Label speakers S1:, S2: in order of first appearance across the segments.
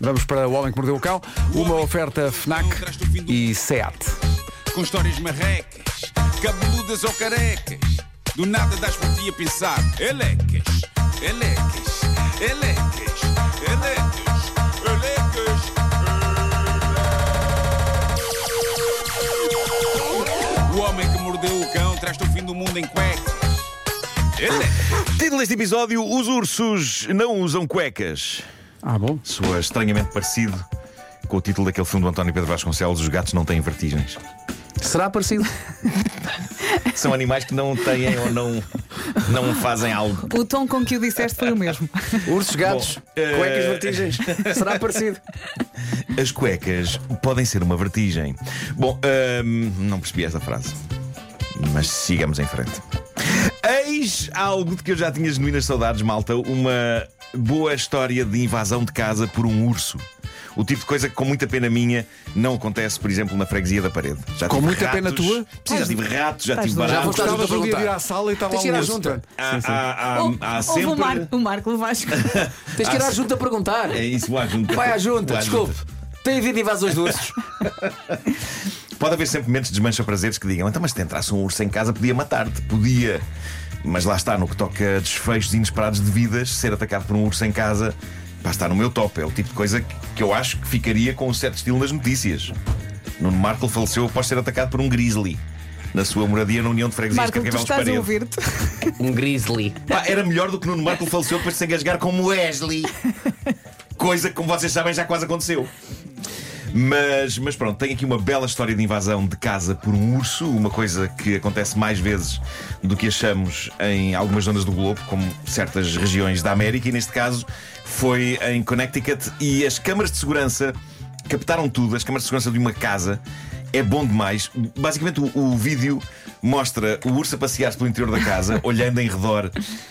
S1: Vamos para O Homem que Mordeu o Cão, uma oferta FNAC e SEAT.
S2: com histórias marrecas, cabeludas ou carecas. Do nada das por ti a pensar. Elecas, elecas, elecas, elecas, elecas. O homem que mordeu o cão traz-te o fim do mundo em cuecas. Elecas.
S3: Título deste episódio: Os ursos não usam cuecas.
S1: Ah, bom.
S3: Soa estranhamente parecido com o título daquele filme do António Pedro Vasconcelos: Os gatos não têm vertigens.
S1: Será parecido?
S3: São animais que não têm ou não, não fazem algo.
S4: O tom com que o disseste foi o mesmo.
S1: Ursos, gatos,
S3: Bom, eh,
S1: cuecas, vertigens. Será parecido?
S3: As cuecas podem ser uma vertigem. Bom, hum, não percebi esta frase. Mas sigamos em frente. Eis algo de que eu já tinha genuínas saudades, malta. Uma boa história de invasão de casa por um urso. O tipo de coisa que, com muita pena minha, não acontece, por exemplo, na freguesia da parede. Já
S1: Com
S3: tive
S1: muita pena tua?
S3: Sim, já tive ratos, já tive
S1: Já
S3: baratos.
S5: gostava
S1: gostavas
S5: de
S1: um dia de ir
S5: perguntar.
S1: à sala e estava lá
S5: Tens que ir
S1: um
S5: à
S1: urso.
S5: junta.
S3: Há, há- há-
S4: Houve-
S3: há
S4: houve um o,
S3: sempre.
S4: Marco, o Marco Levasco.
S5: Tens que ir à junta perguntar.
S3: É isso, o junta.
S5: Vai à
S3: O
S5: junta, desculpe. Tem havido invasões de ursos.
S3: Pode haver sempre momentos de desmancha prazeres que digam Então, mas se entrasse um urso em casa podia matar-te Podia Mas lá está, no que toca a desfechos inesperados de vidas Ser atacado por um urso em casa Pá, está no meu top É o tipo de coisa que- que eu acho que ficaria com um certo estilo nas notícias Nuno Marco faleceu após ser atacado por um grizzly Na sua moradia na União de Freguesias de
S4: Marco,
S3: Carcavelos
S4: tu
S3: de
S4: estás a
S3: Parede.
S4: ouvir-te.
S5: Um grizzly.
S3: Pá, era melhor do que Nuno Marco faleceu depois de se engasgar como Wesley. Coisa que, como vocês sabem, já quase aconteceu. Mas, mas pronto, tenho aqui uma bela história de invasão de casa por um urso, uma coisa que acontece mais vezes do que achamos em algumas zonas do globo, como certas regiões da América, e neste caso foi em Connecticut. E as câmaras de segurança captaram tudo, as câmaras de segurança de uma casa. É bom demais. Basicamente, o, o vídeo mostra o urso a passear-se pelo interior da casa, olhando em redor,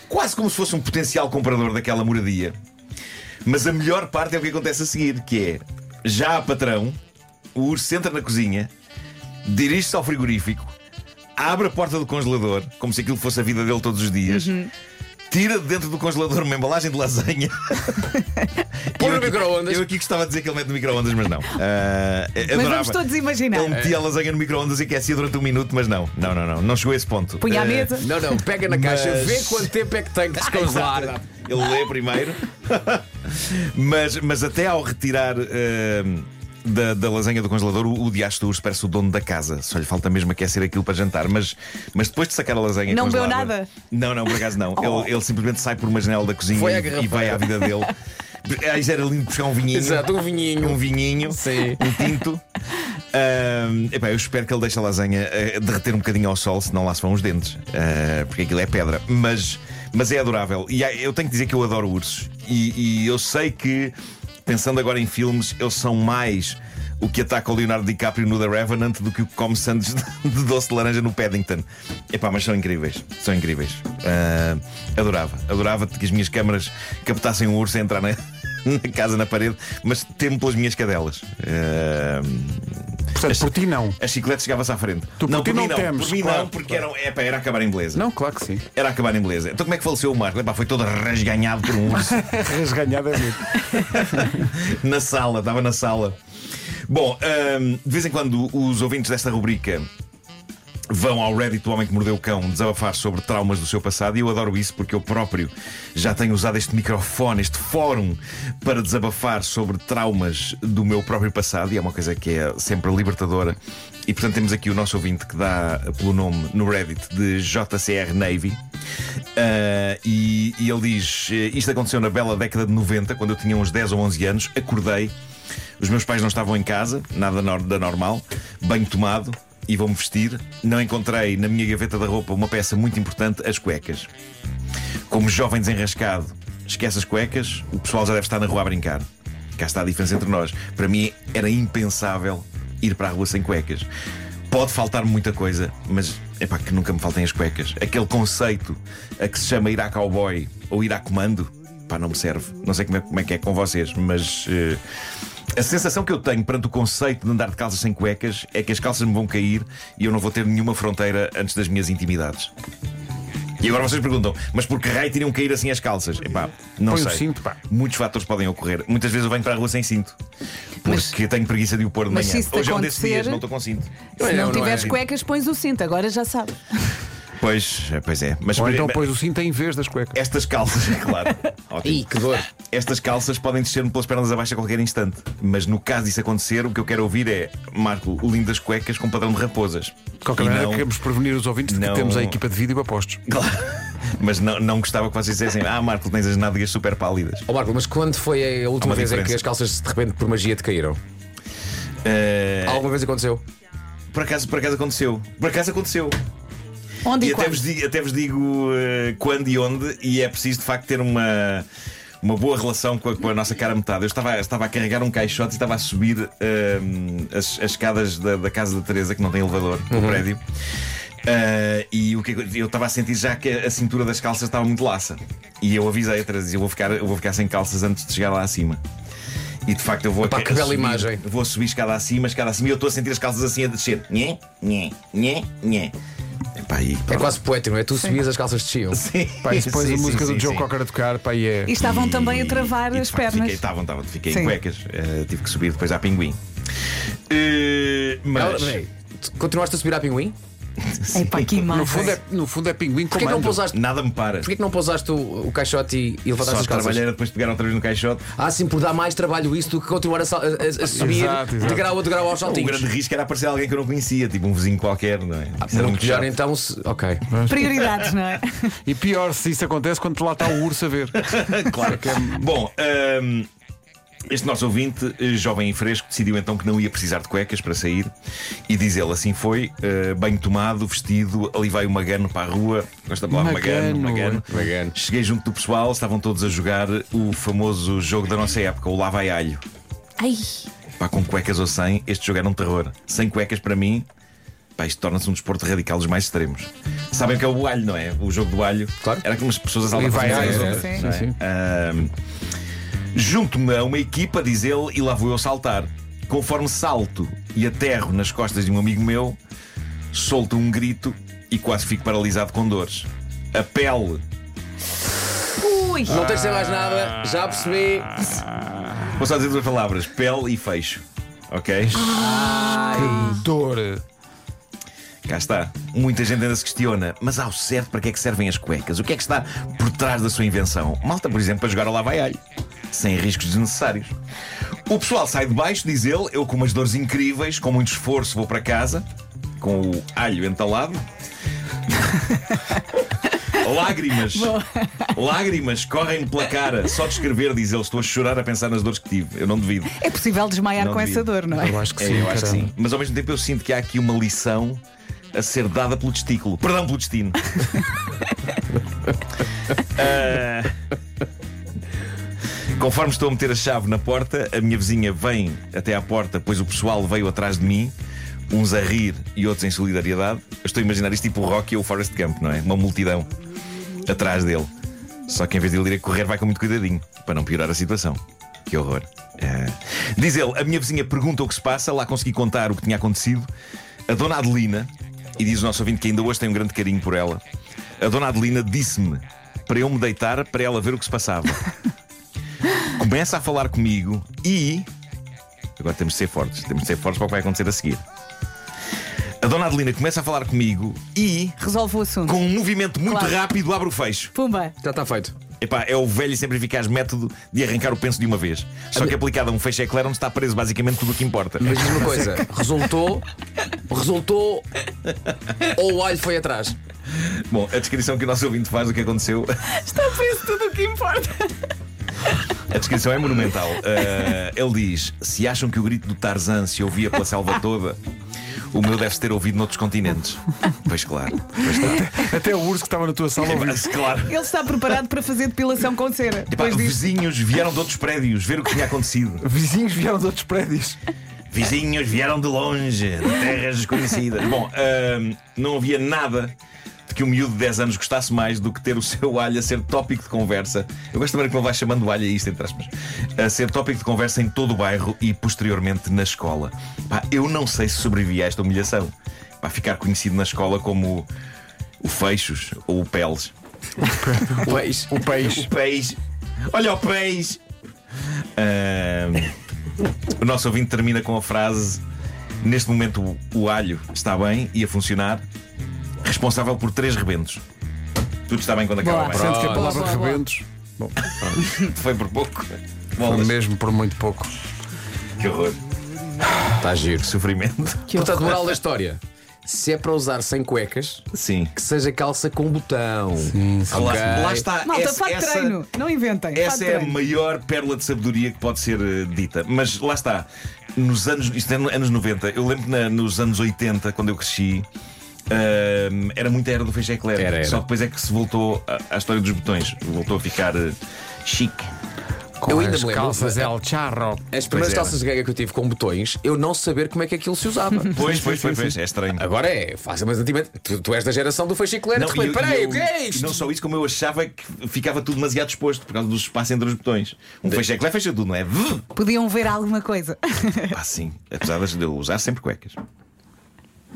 S3: quase como se fosse um potencial comprador daquela moradia. Mas a melhor parte é o que acontece a seguir, que é já a patrão, o urso entra na cozinha, dirige-se ao frigorífico, abre a porta do congelador, como se aquilo fosse a vida dele todos os dias,
S4: Uhum.
S3: tira de dentro do congelador uma embalagem de lasanha.
S5: Põe
S3: Eu
S5: no
S3: aqui-
S5: microondas.
S3: Eu aqui gostava de dizer que ele mete no microondas, mas não. Ah,
S4: Mas
S3: adorava. Então,
S4: vamos todos imaginar.
S3: Ele metia a lasanha no microondas e aquecia durante um minuto, mas não, não, não, não, não chegou a esse ponto.
S4: Punha à
S3: Ah,
S4: mesa.
S5: Não, não, pega na caixa,
S3: Mas-
S5: vê quanto tempo é que tem que
S3: Exato,
S5: descongelar.
S3: exato. Ele lê primeiro. mas, mas até ao retirar ehm, da, da lasanha do congelador, o, o diacho do urso parece o dono da casa. Só lhe falta mesmo aquecer aquilo para jantar. Mas, mas depois de sacar a lasanha
S4: Não bebeu
S3: congelada-
S4: nada? Oh.
S3: Não, não, por acaso não. Ele, ele simplesmente sai por uma janela da cozinha
S5: Foi à
S3: e, e
S5: garrafeira.
S3: vai à vida dele. Aí já era lindo buscar um vinhinho.
S5: Exato, um vinhinho.
S3: Um vinhinho.
S5: Sim.
S3: Um tinto. Ahm, epá, eu espero que ele deixe a lasanha ah, derreter um bocadinho ao sol, senão lá se vão os dentes, Ah, porque aquilo é pedra. Mas, mas é adorável. E há- eu tenho que dizer que eu adoro ursos. E, e eu sei que, pensando agora em filmes, eles são mais o que ataca o Leonardo DiCaprio no The Revenant do que o que come sandes de, de doce de laranja no Paddington. Epá, mas são incríveis. São incríveis. Ah, adorava. Adorava que as minhas câmaras captassem um urso a entrar na, na casa, na parede, mas temo pelas minhas cadelas. Ah,
S1: Portanto, por ti não.
S3: a chiclete chegava-se à frente.
S1: Tu,
S3: não,
S1: por ti
S3: por mim
S1: não temes,
S3: Por mim
S1: claro,
S3: não, porque era, um, epá, era acabar em beleza.
S1: Não, claro que sim.
S3: Era acabar em beleza. Então como é que faleceu o Marco? Epá, foi todo rasganhado por um urso
S1: Resganhadamente.
S3: na sala, estava na sala. Bom, hum, de vez em quando os ouvintes desta rubrica vão ao Reddit do Homem que Mordeu o Cão desabafar sobre traumas do seu passado e eu adoro isso porque eu próprio já tenho usado este microfone, este fórum, para desabafar sobre traumas do meu próprio passado e é uma coisa que é sempre libertadora. E portanto temos aqui o nosso ouvinte que dá pelo nome no Reddit de JCR Navy. Ah, e, e ele diz: eh, Isto aconteceu na bela década de 90, quando eu tinha uns 10 ou 11 anos. Acordei, os meus pais não estavam em casa, nada nor- da normal, banho tomado e vou-me vestir. Não encontrei na minha gaveta da roupa uma peça muito importante, as cuecas. Como jovem desenrascado, esquece as cuecas, o pessoal já deve estar na rua a brincar. Cá está a diferença entre nós. Para mim era impensável ir para a rua sem cuecas. Pode faltar muita coisa, mas é para que nunca me faltem as cuecas. Aquele conceito a que se chama ir à cowboy ou ir à comando, pá, não me serve. Não sei como é, como é que é com vocês, mas eh, a sensação que eu tenho perante o conceito de andar de calças sem cuecas é que as calças me vão cair e eu não vou ter nenhuma fronteira antes das minhas intimidades. E E agora vocês perguntam, mas por que raio teriam que cair assim as calças? Epá, não
S1: Põe o
S3: sei.
S1: um cinto, pá.
S3: Muitos fatores podem ocorrer. Muitas vezes eu venho para a rua sem cinto.
S4: Mas-
S3: Porque tenho preguiça de o pôr de
S4: mas
S3: manhã.
S4: se isso te
S3: Hoje é um desses
S4: acontecer-
S3: dias, não estou com cinto.
S5: Não é,
S4: Se não,
S5: não é.
S4: tiveres cuecas, pões o cinto, agora já sabe.
S3: Pois, pois é. Mas
S1: Ou
S3: por-
S1: então pões o cinto em vez das cuecas.
S3: estas calças, claro. Ótimo.
S5: Ih, que dor.
S3: Estas calças podem descer-me pelas pernas abaixo a qualquer instante. Mas no caso disso acontecer, o que eu quero ouvir é Marco, lindas cuecas com padrão de raposas.
S1: De qualquer
S3: E
S1: maneira,
S3: não-
S1: queremos prevenir os ouvintes de que
S3: não-
S1: temos a equipa de vídeo apostos.
S3: Claro. Mas não, não gostava que vocês dissessem, ah, Marco, tens as nádegas super pálidas.
S5: Ó Marco, mas quando foi a
S3: Há
S5: última
S3: uma
S5: vez em que
S3: diferença.
S5: as calças de repente por magia te caíram?
S3: Eh,
S5: Alguma vez aconteceu?
S3: por, acaso, por acaso aconteceu. Por acaso aconteceu.
S4: Onde
S3: E
S4: e
S3: até
S4: quando?
S3: vos, digo, até vos digo, eh, quando e onde, e é preciso de facto ter uma. Uma boa relação com a, com a nossa cara metade. Eu estava, estava a carregar um caixote e estava a subir ehm, as, as escadas da, da casa da Teresa, que não tem elevador, no
S5: Uhum.
S3: prédio. Ah, e o que é que eu eu estava a sentir já que a cintura das calças estava muito laça. E eu avisei a Teresa, eu vou ficar, eu vou ficar sem calças antes de chegar lá acima. E de facto eu vou
S5: Epá,
S3: a-
S5: que
S3: a
S5: bela
S3: subir-
S5: imagem.
S3: Vou subir escada acima, escada acima, e eu estou a sentir as calças assim a descer. Nhé, nhé, nhé, nhé. Epá, e
S5: É
S3: pronto.
S5: quase poético, não é? Tu subias as calças desciam.
S3: Sim.
S1: Pá, e depois
S3: Sim,
S1: a
S3: sim,
S1: música
S3: sim,
S1: do Joe
S3: sim.
S1: Cocker a tocar, pá, e é.
S4: E estavam
S3: E-
S4: também a travar
S3: e de
S4: as
S3: facto
S4: pernas.
S3: Fiquei, estavam, estavam, fiquei
S4: Sim.
S3: em cuecas. Eh, tive que subir depois à pinguim. Eh,
S5: Ah,
S3: mas.
S5: peraí, tu Continuaste a subir à pinguim?
S4: Ei, pá, que imagem.
S1: No fundo é, no fundo é pinguim
S5: Porquê que não
S1: comando.
S5: pousaste,
S3: Nada me para.
S5: porquê que não pousaste o, o caixote e, e levantaste
S3: Só
S5: as calças?
S3: trabalhar depois de pegar outra vez no caixote.
S5: Ah, sim, por dar mais trabalho isso do que continuar a, sal- a- a- a subir
S1: Exato, exato.
S5: de grau a de grau aos
S3: O
S5: saltinhos.
S3: Um grande risco era aparecer alguém que eu não conhecia, tipo um vizinho qualquer, não é? Isso era
S5: Não
S3: muito
S5: melhor
S3: chato.
S5: então se. Ok.
S4: Prioridades, não é?
S1: E pior se isso acontece quando lá está o urso a ver.
S3: claro. é Bom, hum, este nosso ouvinte, eh, jovem e fresco, decidiu então que não ia precisar de cuecas para sair e diz ele: assim foi, eh, banho tomado, vestido, ali vai o magano para a rua. Gosta de falar magano,
S1: Magano,
S3: magano.
S5: Magano.
S3: Cheguei junto do pessoal, estavam todos a jogar o famoso jogo da nossa época, o lá vai alho.
S4: Ai,
S3: Pá, com cuecas ou sem, este jogo era um terror. Sem cuecas para mim. Pá, isto torna-se um desporto radical dos mais extremos. Sabem o que é o alho, não é? O jogo do alho.
S5: Claro.
S3: Era como as pessoas a salvar
S1: E vai,
S3: as
S1: ai,
S3: outras.
S4: é,
S1: sim,
S4: não é?
S1: sim.
S3: Ahm, Junto-me a uma equipa, diz ele, e lá vou eu saltar. Conforme salto e aterro nas costas de um amigo meu, solto um grito e quase fico paralisado com dores. A pele.
S4: ui.
S3: Ah.
S5: Não tens de dizer mais nada, já percebi.
S3: Vou só dizer duas palavras: pele e fecho. Ok?
S1: Dor.
S3: Cá está. Muita gente ainda se questiona, mas ao certo para que é que servem as cuecas? O que é que está por trás da sua invenção? Malta, por exemplo, para jogar ao lavaialho, sem riscos desnecessários. O pessoal sai de baixo, diz ele, eu com umas dores incríveis, com muito esforço, vou para casa, com o alho entalado. Lágrimas, lágrimas correm pela cara. Só de escrever, diz ele, estou a chorar a pensar nas dores que tive. Eu não duvido.
S4: É possível desmaiar
S3: Não
S4: com essa
S3: devido.
S4: dor, não é?
S1: Eu acho que
S3: É,
S1: sim.
S3: eu acho que
S1: caramba.
S3: sim. Mas ao mesmo tempo eu sinto que há aqui uma lição a ser dada pelo testículo. Perdão, pelo destino. Ah, Conforme estou a meter a chave na porta, a minha vizinha vem até à porta, pois o pessoal veio atrás de mim, uns a rir e outros em solidariedade. Eu estou a imaginar isto tipo o Rocky ou o Forrest Gump, não é? Uma multidão atrás dele. Só que em vez de ele ir a correr, vai com muito cuidadinho, para não piorar a situação. Que horror. Ah. Diz ele: a minha vizinha pergunta o que se passa, lá consegui contar o que tinha acontecido. A dona Adelina, e diz o nosso ouvinte que ainda hoje tem um grande carinho por ela, a dona Adelina disse-me para eu me deitar para ela ver o que se passava. Começa a falar comigo e. Agora temos de ser fortes, temos de ser fortes para o que vai acontecer a seguir. A dona Adelina começa a falar comigo e,
S4: Resolve o assunto.
S3: com um movimento muito
S4: Claro.
S3: rápido, abre o fecho.
S4: Pumba.
S5: Já está feito.
S3: Epá, é o velho e sempre eficaz método de arrancar o penso de uma vez. Só que aplicado a um fecho eclair onde está preso basicamente tudo o que importa.
S5: Mas diz uma coisa, resultou. Resultou. Ou o alho foi atrás?
S3: Bom, a descrição que o nosso ouvinte faz do que aconteceu,
S4: Está preso tudo o que importa.
S3: a descrição é monumental. Ah, ele diz: se acham que o grito do Tarzan se ouvia pela selva toda, o meu deve-se ter ouvido noutros continentes. Pois claro, pois está.
S1: Até o urso que estava na tua sala ouviu.
S3: Epá, claro.
S4: Ele está preparado para fazer depilação com cera.
S3: Epá,
S4: Depois diz.
S3: vizinhos vieram de outros prédios ver o que tinha acontecido.
S1: Vizinhos vieram de outros prédios.
S3: Vizinhos vieram de longe, de terras desconhecidas. Bom, ahm, não havia nada de que um miúdo de 10 anos gostasse mais do que ter o seu alho a ser tópico de conversa. Eu gosto da maneira como ele vai chamando o alho a isto, entre aspas. A ser tópico de conversa em todo o bairro e posteriormente na escola. Pá, eu não sei se sobrevivi a esta humilhação. Pá, ficar conhecido na escola como o Feixos ou o Peles.
S5: O ex.
S1: O peixe.
S3: O peixe. Olha o peixe. Ahm, o nosso ouvinte termina com a frase: Neste momento o, o alho está bem e a funcionar, responsável por três rebentos. Tudo está bem quando acaba
S4: Boa.
S3: bem.
S1: Sendo que a
S5: Boa,
S1: palavra
S4: boa, boa.
S1: rebentos bom,
S3: Foi por pouco.
S1: foi
S3: Bolas.
S1: mesmo por muito pouco.
S3: Que horror.
S5: Está Ah, tá giro.
S3: Que sofrimento.
S5: Portanto, moral da história. Se é para usar sem cuecas,
S3: Sim.
S5: que seja calça com botão. Sim, sim.
S3: Lá, lá está.
S4: Malta,
S3: essa,
S4: fato de
S3: essa-
S4: treino. Não inventem. fato
S3: Essa
S4: de
S3: é a
S4: treino.
S3: maior pérola de sabedoria que pode ser eh, dita. Mas lá está. Nos anos, isto é no- anos 90, eu lembro que na- nos anos 80, quando eu cresci, ahm, era muito a era do feijão eclair.
S5: Era, era.
S3: Só depois é que se voltou à, à história dos botões. Voltou a ficar eh, chique.
S1: Com
S5: Eu ainda
S1: as
S5: me lembro.
S1: calças é El Charro.
S5: As primeiras
S3: era.
S5: calças de ganga que eu tive com botões, eu não saber como é que aquilo se usava.
S3: Pois, pois, pois, pois. É estranho.
S5: Agora é, faça mais antigamente. Tu, tu és da geração do feixicolero.
S3: Não, e eu- e
S5: Peraí,
S3: eu-
S5: o que é
S3: e
S5: isto?
S3: Não só isso, como eu achava que ficava tudo demasiado exposto por causa do espaço entre os botões. Um feijão eclair fecha tudo, não é? Vuh!
S4: Podiam ver alguma coisa.
S3: Ah, sim. Apesar de eu usar sempre cuecas.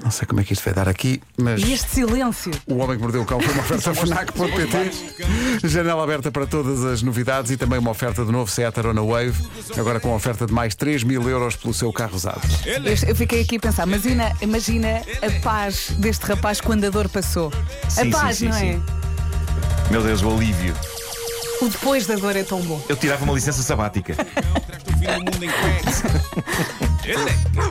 S1: Não sei como é que isto vai dar aqui, mas.
S4: E este silêncio.
S1: O Homem que Mordeu o Cão foi uma oferta FNAC.pt Janela aberta para todas as novidades e também uma oferta do novo Seat Arona Wave Agora com oferta de mais 3 mil euros pelo seu carro usado
S3: é.
S4: Este- Eu fiquei aqui a pensar, imagina, imagina a paz deste rapaz quando a dor passou.
S3: Sim,
S4: a
S3: sim,
S4: paz,
S3: sim,
S4: não é?
S3: sim. Meu Deus, o alívio.
S4: O depois da dor é tão bom.
S3: Eu tirava uma licença sabática.
S2: Traz-te o fim do mundo em cuecas. Elecas.